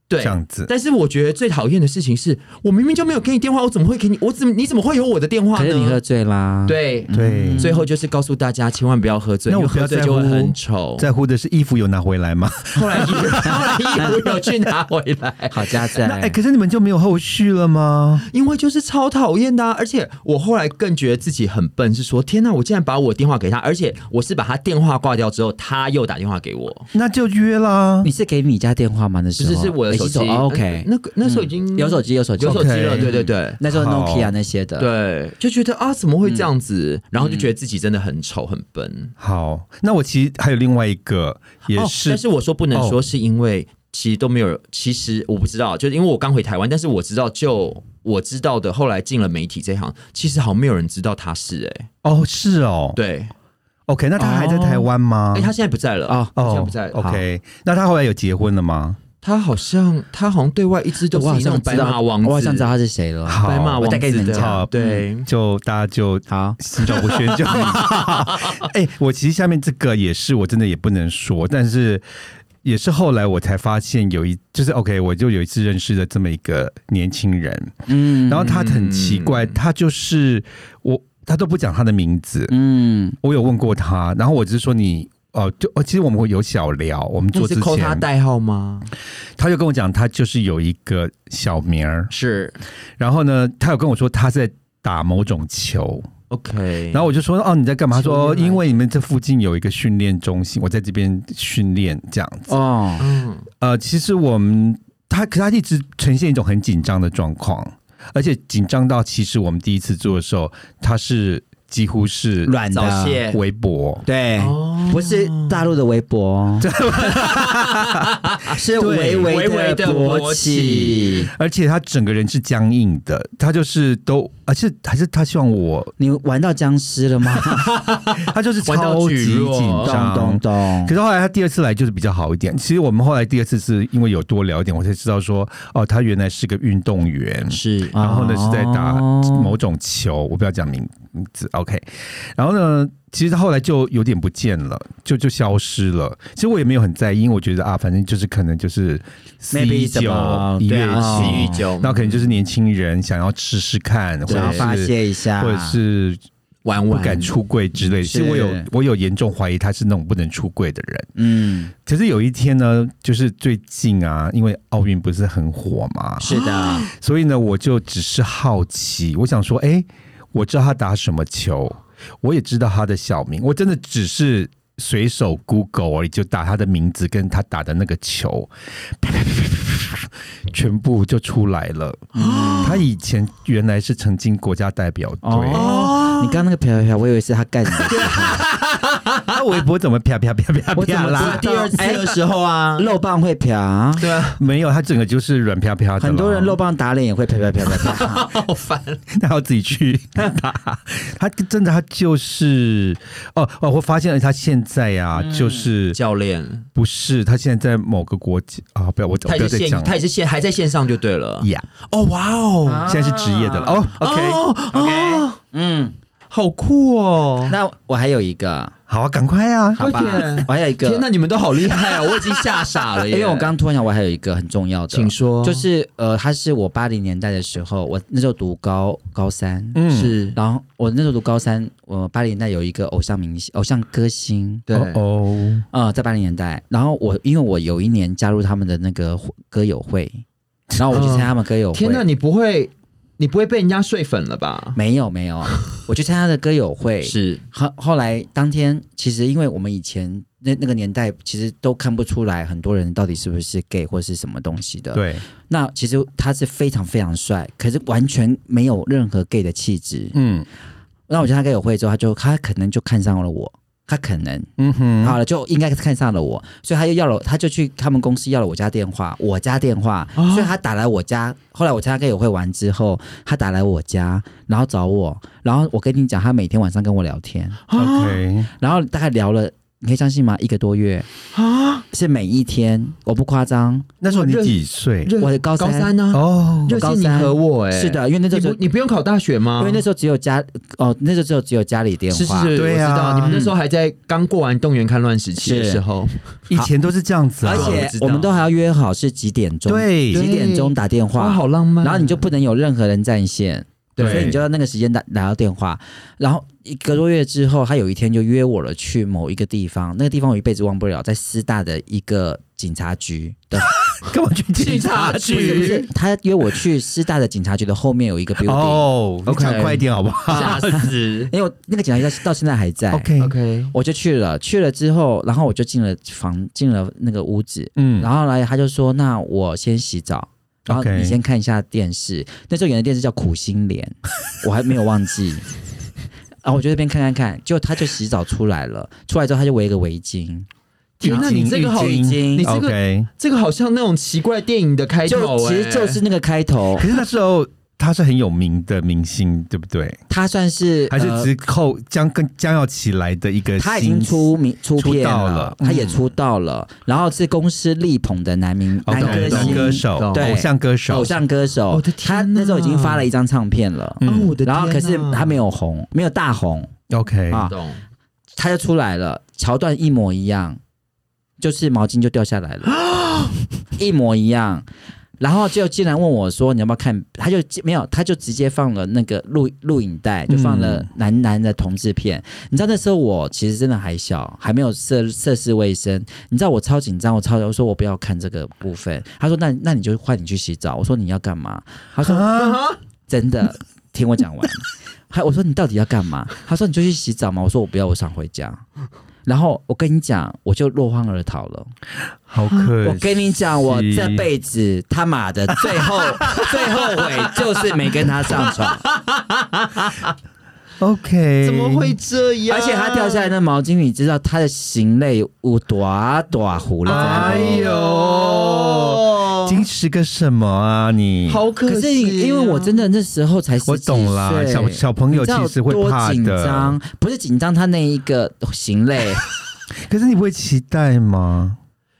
Speaker 2: 对
Speaker 1: 这，样子。
Speaker 2: 但是我觉得最讨厌的事情是我明明就没有给你电话，我怎么会给你？我怎么你怎么会有我的电话
Speaker 3: 可
Speaker 2: 呢？
Speaker 3: 是你喝醉啦，，
Speaker 2: 对，嗯
Speaker 1: 对，
Speaker 2: 最后就是告诉大家千万不要喝醉，
Speaker 1: 嗯那我
Speaker 2: 因为
Speaker 1: 不要
Speaker 2: 喝醉
Speaker 1: 在
Speaker 2: 就会
Speaker 1: 乎
Speaker 2: 很丑。
Speaker 1: 在乎的是衣服有拿回来吗？
Speaker 2: 后来衣服后来衣服有去拿回来，
Speaker 3: 好加
Speaker 1: 那哎、
Speaker 3: 载，
Speaker 1: 可是你们就没有后续了吗？
Speaker 2: 因为就是超讨厌的啊、而且我后来更觉得自己很笨，是说天哪，我竟然把我电话给他，而且我是把他电话挂掉之后，他又打电话给 我，
Speaker 1: 那就约啦
Speaker 3: 你。是给你家电话吗？那
Speaker 2: 只
Speaker 3: 时候
Speaker 2: 是是我的手机。
Speaker 3: 哎是手
Speaker 2: 嗯
Speaker 3: ，OK，嗯
Speaker 2: 那个那时候已经
Speaker 3: 有手机有手机
Speaker 2: 有手机了，
Speaker 1: OK
Speaker 2: 对对对。
Speaker 3: 那时候
Speaker 1: 好
Speaker 3: Nokia 那些的，，
Speaker 2: 对，就觉得啊，怎么会这样子？然后就觉得自己真的很丑、很笨。
Speaker 1: 好，那我其实还有另外一个，也
Speaker 2: 哦，
Speaker 1: 是、
Speaker 2: 但是我说不能说是因为其实都没有，其实我不知道，就是因为我刚回台湾，但是我知道就。我知道的，后来进了媒体这行，其实好像没有人知道他是哎、
Speaker 1: 哦，是哦，
Speaker 2: 对，
Speaker 1: ，OK，那他还在台湾吗？
Speaker 2: 哎、他现在不在了
Speaker 3: 啊
Speaker 2: 他
Speaker 1: 哦
Speaker 2: 现在不在了。
Speaker 1: ，OK，那他后来有结婚了吗？
Speaker 2: 他好像他好像对外一直都是
Speaker 3: 我好
Speaker 2: 那种
Speaker 3: 像
Speaker 2: 白
Speaker 3: 知道，
Speaker 2: 马王子，
Speaker 3: 我好像知道他是谁了。
Speaker 1: 好
Speaker 2: 白马王
Speaker 3: 我再跟你
Speaker 2: 子
Speaker 3: 们
Speaker 2: 的，
Speaker 1: 讲
Speaker 2: 对，
Speaker 1: 就大家就
Speaker 3: 好，
Speaker 1: 心照不宣 就 好。哎、我其实下面这个也是我真的也不能说，但是也是后来我才发现有一就是 OK，我就有一次认识了这么一个年轻人，
Speaker 3: 嗯
Speaker 1: 然后他很奇怪，
Speaker 2: 嗯
Speaker 1: 他就是我他都不讲他的名字，
Speaker 3: 嗯，
Speaker 1: 我有问过他，然后我只是说你。哦，就哦，其实我们会有小聊，我们
Speaker 2: 你
Speaker 1: 做
Speaker 2: 是
Speaker 1: 之
Speaker 2: 扣他
Speaker 1: 前，
Speaker 2: 代号吗？
Speaker 1: 他就跟我讲，他就是有一个小名儿，
Speaker 2: 是
Speaker 1: 然后呢，他有跟我说他在打某种球，
Speaker 2: OK，
Speaker 1: 然后我就说哦你在干嘛？他说
Speaker 2: 嗯球员来
Speaker 1: 因为你们这附近有一个训练中心，我在这边训练这样子。
Speaker 3: 哦，
Speaker 2: 嗯，
Speaker 1: 呃，其实我们他可他一直呈现一种很紧张的状况，而且紧张到其实我们第一次做的时候，他是几乎是
Speaker 3: 软的
Speaker 2: 早泄
Speaker 1: 微博。
Speaker 3: 对，
Speaker 2: 哦
Speaker 3: 哎不是大陆的 围脖，是
Speaker 1: 对
Speaker 3: 微
Speaker 2: 微微的
Speaker 3: 的
Speaker 2: 勃
Speaker 3: 勃
Speaker 2: 起
Speaker 3: 起。
Speaker 1: 而且他整个人是僵硬的，他就是都，而且还是他希望 我，
Speaker 3: 你玩到僵尸了吗？
Speaker 1: 他就是
Speaker 2: 玩到
Speaker 1: 超级
Speaker 2: 举弱
Speaker 1: 紧
Speaker 3: 咚
Speaker 1: 张，
Speaker 3: 咚咚
Speaker 1: 可！是后来他第二次来就是比较好一点。其实我们后来第二次是因为有多聊一点，我才知道说，哦，他原来是个运动员，
Speaker 2: 是
Speaker 1: 然后呢是在打
Speaker 3: 哦
Speaker 1: 某种球，我不要讲名字，OK。然后呢，其实他后来就有点不见了，就就消失了。其实我也没有很在意，因为我觉得啊，反正就是可能就是
Speaker 3: Maybe
Speaker 1: 一
Speaker 3: 怎么
Speaker 1: 九一
Speaker 3: 对
Speaker 1: 月
Speaker 3: 啊
Speaker 1: 起
Speaker 3: 哦，
Speaker 2: 洗浴酒，
Speaker 1: 那可能就是年轻人想要试试看，或
Speaker 3: 嗯想要发
Speaker 1: 者是
Speaker 3: 泄啊一下，
Speaker 1: 或者是
Speaker 2: 玩
Speaker 1: 不
Speaker 2: 玩
Speaker 1: 敢出柜之类的。其实我有我有严重怀疑他是那种不能出柜的人。
Speaker 3: 嗯，
Speaker 1: 可是有一天呢，就是最近啊，因为奥运不是很火嘛，
Speaker 3: 是的，
Speaker 1: 所以呢，我就只是好奇，我想说，哎、我知道他打什么球，我也知道他的小名，我真的只是随手 Google 而已，就打他的名字跟他打的那个球， 全部就出来了。他以前原来是曾经国家代表队，
Speaker 3: 哦，你刚刚那个飘飘飘，我以为是他 干你的事，
Speaker 1: 他啊微博怎么啪啪啪啪
Speaker 3: 我怎
Speaker 1: 啪
Speaker 3: 么
Speaker 2: 啊
Speaker 1: 啦？
Speaker 3: 知道？哎，
Speaker 2: 时候 啊，
Speaker 3: 肉棒会飘，
Speaker 2: 对啊，
Speaker 1: 没有，他整个就是软啪啪的啦。
Speaker 3: 很多人肉棒打脸也会飘飘飘飘飘。
Speaker 2: 好烦。
Speaker 1: 他要自己去打。他真的，他就是哦哦，我发现了，他现在呀、啊，就是
Speaker 2: 教练，
Speaker 1: 不是他现在在某个国家啊，不要我我
Speaker 2: 他
Speaker 1: 不
Speaker 2: 也
Speaker 1: 要再
Speaker 2: 是线，
Speaker 1: 讲
Speaker 2: 他
Speaker 1: 了
Speaker 2: 也是线，还在线上就对了。
Speaker 1: 呀
Speaker 2: 哦，哇哦
Speaker 1: 现在是职业的了哦。OK，
Speaker 2: 啊哦，
Speaker 3: 嗯，
Speaker 2: 好酷哦！
Speaker 3: 那我还有一个，
Speaker 1: 好啊，赶快啊！
Speaker 2: 好吧
Speaker 3: 快点我还有一
Speaker 2: 天
Speaker 3: 个，
Speaker 2: 哪，你们都好厉害啊！我已经吓傻了耶，
Speaker 3: 哎因为我刚突然想，我还有一个很重要的，
Speaker 2: 请说，
Speaker 3: 就是呃，他是我八零年代的时候，我那时候读高高三，
Speaker 1: 嗯
Speaker 2: 是
Speaker 3: 然后我那时候读高三，我八零年代有一个偶像明星、偶像歌星，
Speaker 2: 对
Speaker 1: 哦哦，
Speaker 3: 呃，在八零年代，然后我因为我有一年加入他们的那个会歌友会，然后我去参加他们歌友会，
Speaker 2: 哦天哪，你不会你不会被人家睡粉了吧？
Speaker 3: 没有没 有，我去参加的歌友会，
Speaker 2: 是
Speaker 3: 后后来当天其实因为我们以前那那个年代其实都看不出来很多人到底是不是 gay 或是什么东西的，
Speaker 1: 对，
Speaker 3: 那其实他是非常非常帅，可是完全没有任何 gay 的气质。
Speaker 1: 嗯
Speaker 3: 那我觉得他跟我会之后，他就他可能就看上了我，他可能、
Speaker 1: 嗯哼，
Speaker 3: 好了就应该看上了我，所以他又要了，他就去他们公司要了我家电话，我家电话，
Speaker 2: 哦
Speaker 3: 所以他打来我家。后来我参加 gay 友会完之后，他打来我家，然后找我，然后我跟你讲，他每天晚上跟我聊天，
Speaker 1: ，OK，
Speaker 3: 然后大概聊了，你可以相信吗？一个多月
Speaker 2: 啊，
Speaker 3: 是每一天，我不夸张，
Speaker 1: 那时候你几岁？
Speaker 2: 热
Speaker 3: 我的高
Speaker 2: 高
Speaker 3: 三
Speaker 2: 三呢？
Speaker 1: 哦，
Speaker 2: 热
Speaker 3: 高
Speaker 2: 线你
Speaker 3: 三
Speaker 2: 和我哎，
Speaker 3: 是，的，因为那时
Speaker 2: 你
Speaker 3: 候就
Speaker 2: 不你不用考大学吗？
Speaker 3: 因为那时候只有家哦，那时候只有只有家里电话。
Speaker 2: 嗯是是是，
Speaker 1: 对啊
Speaker 2: 我知道你们那时候还在刚过完动员戡乱时期的
Speaker 3: 是
Speaker 2: 时候，
Speaker 1: 以前都是这样子啊，
Speaker 3: 而
Speaker 2: 我
Speaker 3: 且
Speaker 2: 知道
Speaker 3: 我们都还要约好是几点钟，
Speaker 1: 对
Speaker 3: 几点钟打电
Speaker 2: 哇，
Speaker 3: 话，
Speaker 2: 好浪漫。
Speaker 3: 然后你就不能有任何人占线，
Speaker 1: 对
Speaker 3: 所以你就要那个时间打打到电话。然后一个多月之后，他有一天就约我了去某一个地方，那个地方我一辈子忘不了，在师大的一个警察局的，
Speaker 1: 干嘛去警
Speaker 2: 察
Speaker 3: 不是不是
Speaker 2: 局？
Speaker 3: 他约我去师大的警察局的后面有一个 building，、啊
Speaker 1: 哦，你
Speaker 2: OK
Speaker 1: 讲快一点好不好？
Speaker 2: 吓 死
Speaker 3: 因为我那个警察局到现在还在
Speaker 1: OK
Speaker 2: ，OK，
Speaker 3: 我就去了，去了之后，然后我就进了房，进了那个屋子，
Speaker 1: 嗯，
Speaker 3: 然后来他就说：“那我先洗澡，然后
Speaker 1: OK
Speaker 3: 你先看一下电视。那时候演的电视叫《苦心莲》， 我还没有忘记。然后我就这边看看看，结果他就洗澡出来了，出来之后他就围一个围巾，
Speaker 2: 天哪，
Speaker 1: 浴巾
Speaker 2: 你这个好，
Speaker 1: 浴
Speaker 3: 巾
Speaker 2: 你这个
Speaker 1: OK，
Speaker 2: 这个好像那种奇怪电影的开头
Speaker 3: 就
Speaker 1: 欸
Speaker 2: 哎，
Speaker 3: 其实就是那个开头
Speaker 1: 可，是那时候他是很有名的明星，对不对？
Speaker 3: 他算是
Speaker 1: 还是
Speaker 3: 呃
Speaker 1: 只是扣将跟将要起来的一个新，
Speaker 3: 他已经出名出
Speaker 1: 出
Speaker 3: 片
Speaker 1: 道
Speaker 3: 了
Speaker 1: 了，嗯
Speaker 3: 他也出道了，然后是公司力捧的男明
Speaker 1: 哦
Speaker 3: 男
Speaker 1: 懂
Speaker 3: 歌
Speaker 1: 懂
Speaker 3: 星
Speaker 1: 歌手、
Speaker 2: 懂
Speaker 1: 偶像歌手、
Speaker 3: 偶像歌手，
Speaker 2: 哦我的天
Speaker 3: 他
Speaker 2: 哪
Speaker 3: 那时候已经发了一张唱片了，
Speaker 1: 嗯
Speaker 2: 啊，我的天哪，
Speaker 3: 然后可是他没有红，没有大红，
Speaker 1: OK
Speaker 3: 啊
Speaker 2: 懂，
Speaker 3: 他就出来了，桥段一模一样，就是毛巾就掉下来了，一模一样。然后就竟然问我说：“你要不要看？”他就没有，他就直接放了那个录录影带，就放了男男的同志片。你知道那时候我其实真的还小，还没有涉涉世未深。你知道我超紧张，我超我说我不要看这个部分。他说：“那那你就换你去洗澡。”我说：“你要干嘛？”他说：“真的，听我讲完。还我说你到底要干嘛？他说你就去洗澡嘛。我说我不要，我想回家。然后我跟你讲，我就落荒而逃了。
Speaker 1: 好可惜。
Speaker 3: 我跟你讲，我这辈子他妈的最后 最后悔就是没跟他上 床，
Speaker 1: OK，
Speaker 2: 怎么会这样？
Speaker 3: 而且他掉下来那毛巾，你知道他的行泪有多多糊了在那
Speaker 2: 哎
Speaker 3: 里。
Speaker 2: 呦，
Speaker 1: 矜持个什么啊你？
Speaker 2: 好可惜啊、
Speaker 3: 可是你因为我真的那时候才十
Speaker 1: 我
Speaker 3: 几
Speaker 1: 懂啦，
Speaker 3: 岁
Speaker 1: 小小朋友
Speaker 3: 你知道
Speaker 1: 其实会
Speaker 3: 多
Speaker 1: 怕
Speaker 3: 紧
Speaker 1: 的，
Speaker 3: 张，不是紧张，他那一个行泪。
Speaker 1: 可是你不会期待吗？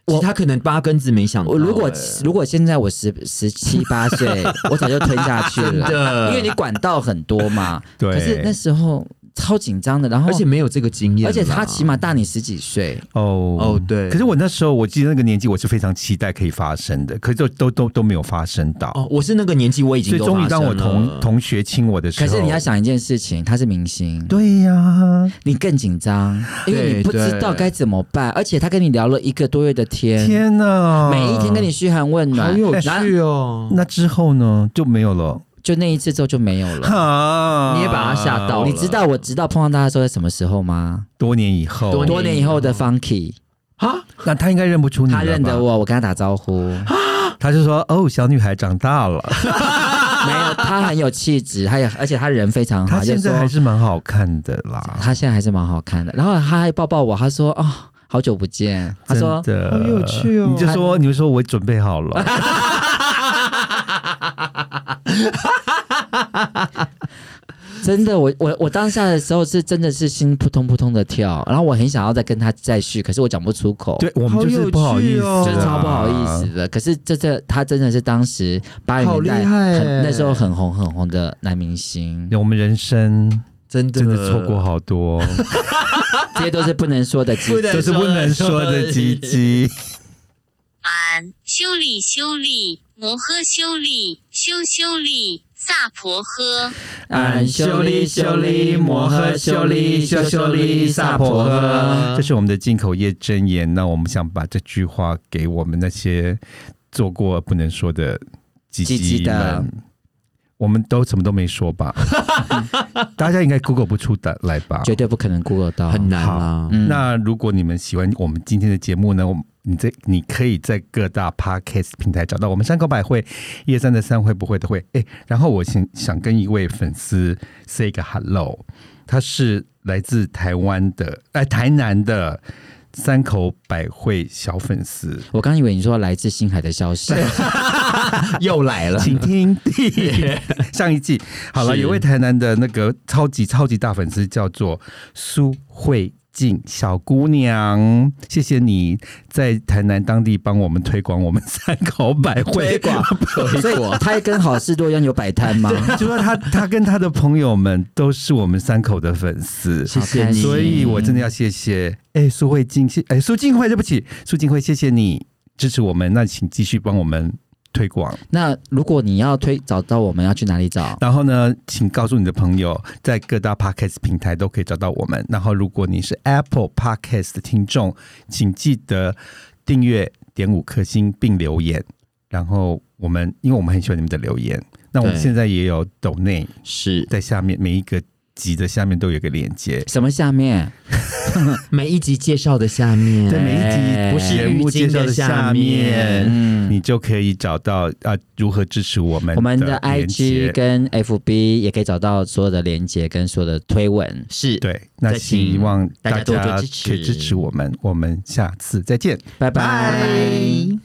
Speaker 2: 其实他可能八竿子没想到、
Speaker 3: 我如果
Speaker 2: 哎
Speaker 3: 如果现在我十十七八岁，我早就吞下去
Speaker 2: 真
Speaker 3: 了，
Speaker 2: 的，
Speaker 3: 因为你管道很多 嘛。
Speaker 1: 对，
Speaker 3: 可是那时候超紧张的，然后
Speaker 2: 而且没有这个经验啦，
Speaker 3: 而且他起码大你十几岁，
Speaker 1: 哦
Speaker 2: 哦对
Speaker 1: 可是我那时候我记得那个年纪，我是非常期待可以发生的，可是都都都都没有发生到。
Speaker 2: 哦，我是那个年纪，我已
Speaker 1: 所
Speaker 2: 经
Speaker 1: 以
Speaker 2: 都
Speaker 1: 终于
Speaker 2: 发
Speaker 1: 当我
Speaker 2: 生了
Speaker 1: 同同学亲我的时
Speaker 3: 可
Speaker 1: 候，
Speaker 3: 是你要想一件事情，他是明星，
Speaker 1: 对呀、
Speaker 3: 你更紧张，因为你不
Speaker 2: 对
Speaker 3: 知道该怎么办，而且他跟你聊了一个多月的天，
Speaker 1: 天哪！
Speaker 3: 每一天跟你嘘寒问
Speaker 2: 啊好
Speaker 3: 暖，
Speaker 2: 有
Speaker 3: 然后
Speaker 2: 趣哦。
Speaker 1: 那之后呢就没有了，
Speaker 3: 就那一次之后就没有了。
Speaker 1: 哈
Speaker 2: 你也把他吓到了
Speaker 3: 你知道我直到碰到他的时候在什么时候吗？
Speaker 1: 多年以后，
Speaker 2: 多年
Speaker 3: 多年以后的 Funky，
Speaker 2: 啊，
Speaker 1: 那他应该认不出你了
Speaker 3: 他认得
Speaker 1: 吧，
Speaker 3: 我，我跟他打招呼。
Speaker 1: 他就说：“哦，小女孩长大 了，
Speaker 3: 没有，他很有气质，他也而且他人非常好，
Speaker 1: 她现在还
Speaker 3: 就说
Speaker 1: 是蛮好看的啦。
Speaker 3: 他现在还是蛮好看的。然后他还抱抱我，他说：“哦，好久不见。”他说
Speaker 1: 真的
Speaker 2: 好有趣哦
Speaker 1: 你就说，你就说我准备好了。
Speaker 3: 真的，我我我当下的时候是真的是心扑通扑通的跳，然后我很想要再跟他再续，可是我讲不出口，
Speaker 1: 对，我们就是不好意思
Speaker 2: 好有
Speaker 1: 啊，
Speaker 2: 趣哦
Speaker 3: 就是超不好意思的。可是这这他真的是当时八零
Speaker 2: 好
Speaker 3: 年代
Speaker 2: 厉害
Speaker 3: 很
Speaker 2: 欸
Speaker 3: 那时候很红很 红的男明星，
Speaker 1: 我们人生
Speaker 2: 真的
Speaker 1: 真的错过好多，
Speaker 3: 这些都是不能说的机
Speaker 2: 不 能
Speaker 1: 这是不能说的鸡鸡。
Speaker 4: 俺修理修理摩诃修理修修理萨婆诃。
Speaker 3: 俺啊修利修利摩诃修利修修利萨 婆诃。
Speaker 1: 这是我们的进口业真言。那我们想把这句话给我们那些做过不能说的鸡
Speaker 3: 鸡
Speaker 1: 鸡
Speaker 3: 鸡的
Speaker 1: 们，我们都什么都没说 吧？大家应该 Google 不出的来吧？
Speaker 3: 绝对不可能 Google 到，
Speaker 2: 很难啊啦。
Speaker 3: 嗯
Speaker 1: 那如果你们喜欢我们今天的节目呢，我们你在你可以在各大 podcast 平台找到我们山口百惠一二三的三会不会的会。哎，然后我想想跟一位粉丝 say 个 hello，他是来自台湾的，哎、台南的山口百惠小粉丝，
Speaker 3: 我刚以为你说来自星海的消 息，
Speaker 2: 又来 了，
Speaker 1: 请听第上一季。好了，
Speaker 2: 是
Speaker 1: 有位台南的那个超级超级大粉丝叫做苏慧静小姑娘，谢谢你在台南当地帮我们推广我们三口百
Speaker 3: 推
Speaker 1: 惠。
Speaker 3: 广，所以 他也跟好事多一样有摆摊吗？
Speaker 1: 就说他他跟他的朋友们都是我们三口的粉丝。
Speaker 3: 谢谢
Speaker 1: 好
Speaker 3: 你
Speaker 1: 所以我真的要谢谢哎、苏慧静，谢哎、苏静慧，对不起，苏静慧，谢谢你支持我们，那请继续帮我们推广。
Speaker 3: 那如果你要推找到我们，要去哪里找？
Speaker 1: 然后呢，请告诉你的朋友，在各大 podcast 平台都可以找到我们。然后，如果你是 Apple Podcast 的听众，请记得订阅、点五颗星并留言。然后我们，因为我们很喜欢你们的留言，那我们
Speaker 2: 对
Speaker 1: 现在也有抖内
Speaker 2: 是
Speaker 1: 在下面每一个集的下面都有一个链接。
Speaker 3: 什么下面？
Speaker 2: 每一集介绍的下面，
Speaker 1: 在每一集
Speaker 3: 哎
Speaker 1: 不是节目介绍的下面，
Speaker 3: 嗯，
Speaker 1: 你就可以找到啊如何支持我们
Speaker 3: 我们的
Speaker 1: 链接
Speaker 3: IG 跟 FB 也可以找到所有的连接跟所有的推文。
Speaker 2: 是，
Speaker 1: 对，那
Speaker 2: 再请
Speaker 1: 希望
Speaker 2: 大
Speaker 1: 大
Speaker 2: 家多多
Speaker 1: 家
Speaker 2: 支持
Speaker 1: 可以支持我们，我们下次再见。
Speaker 3: 拜拜。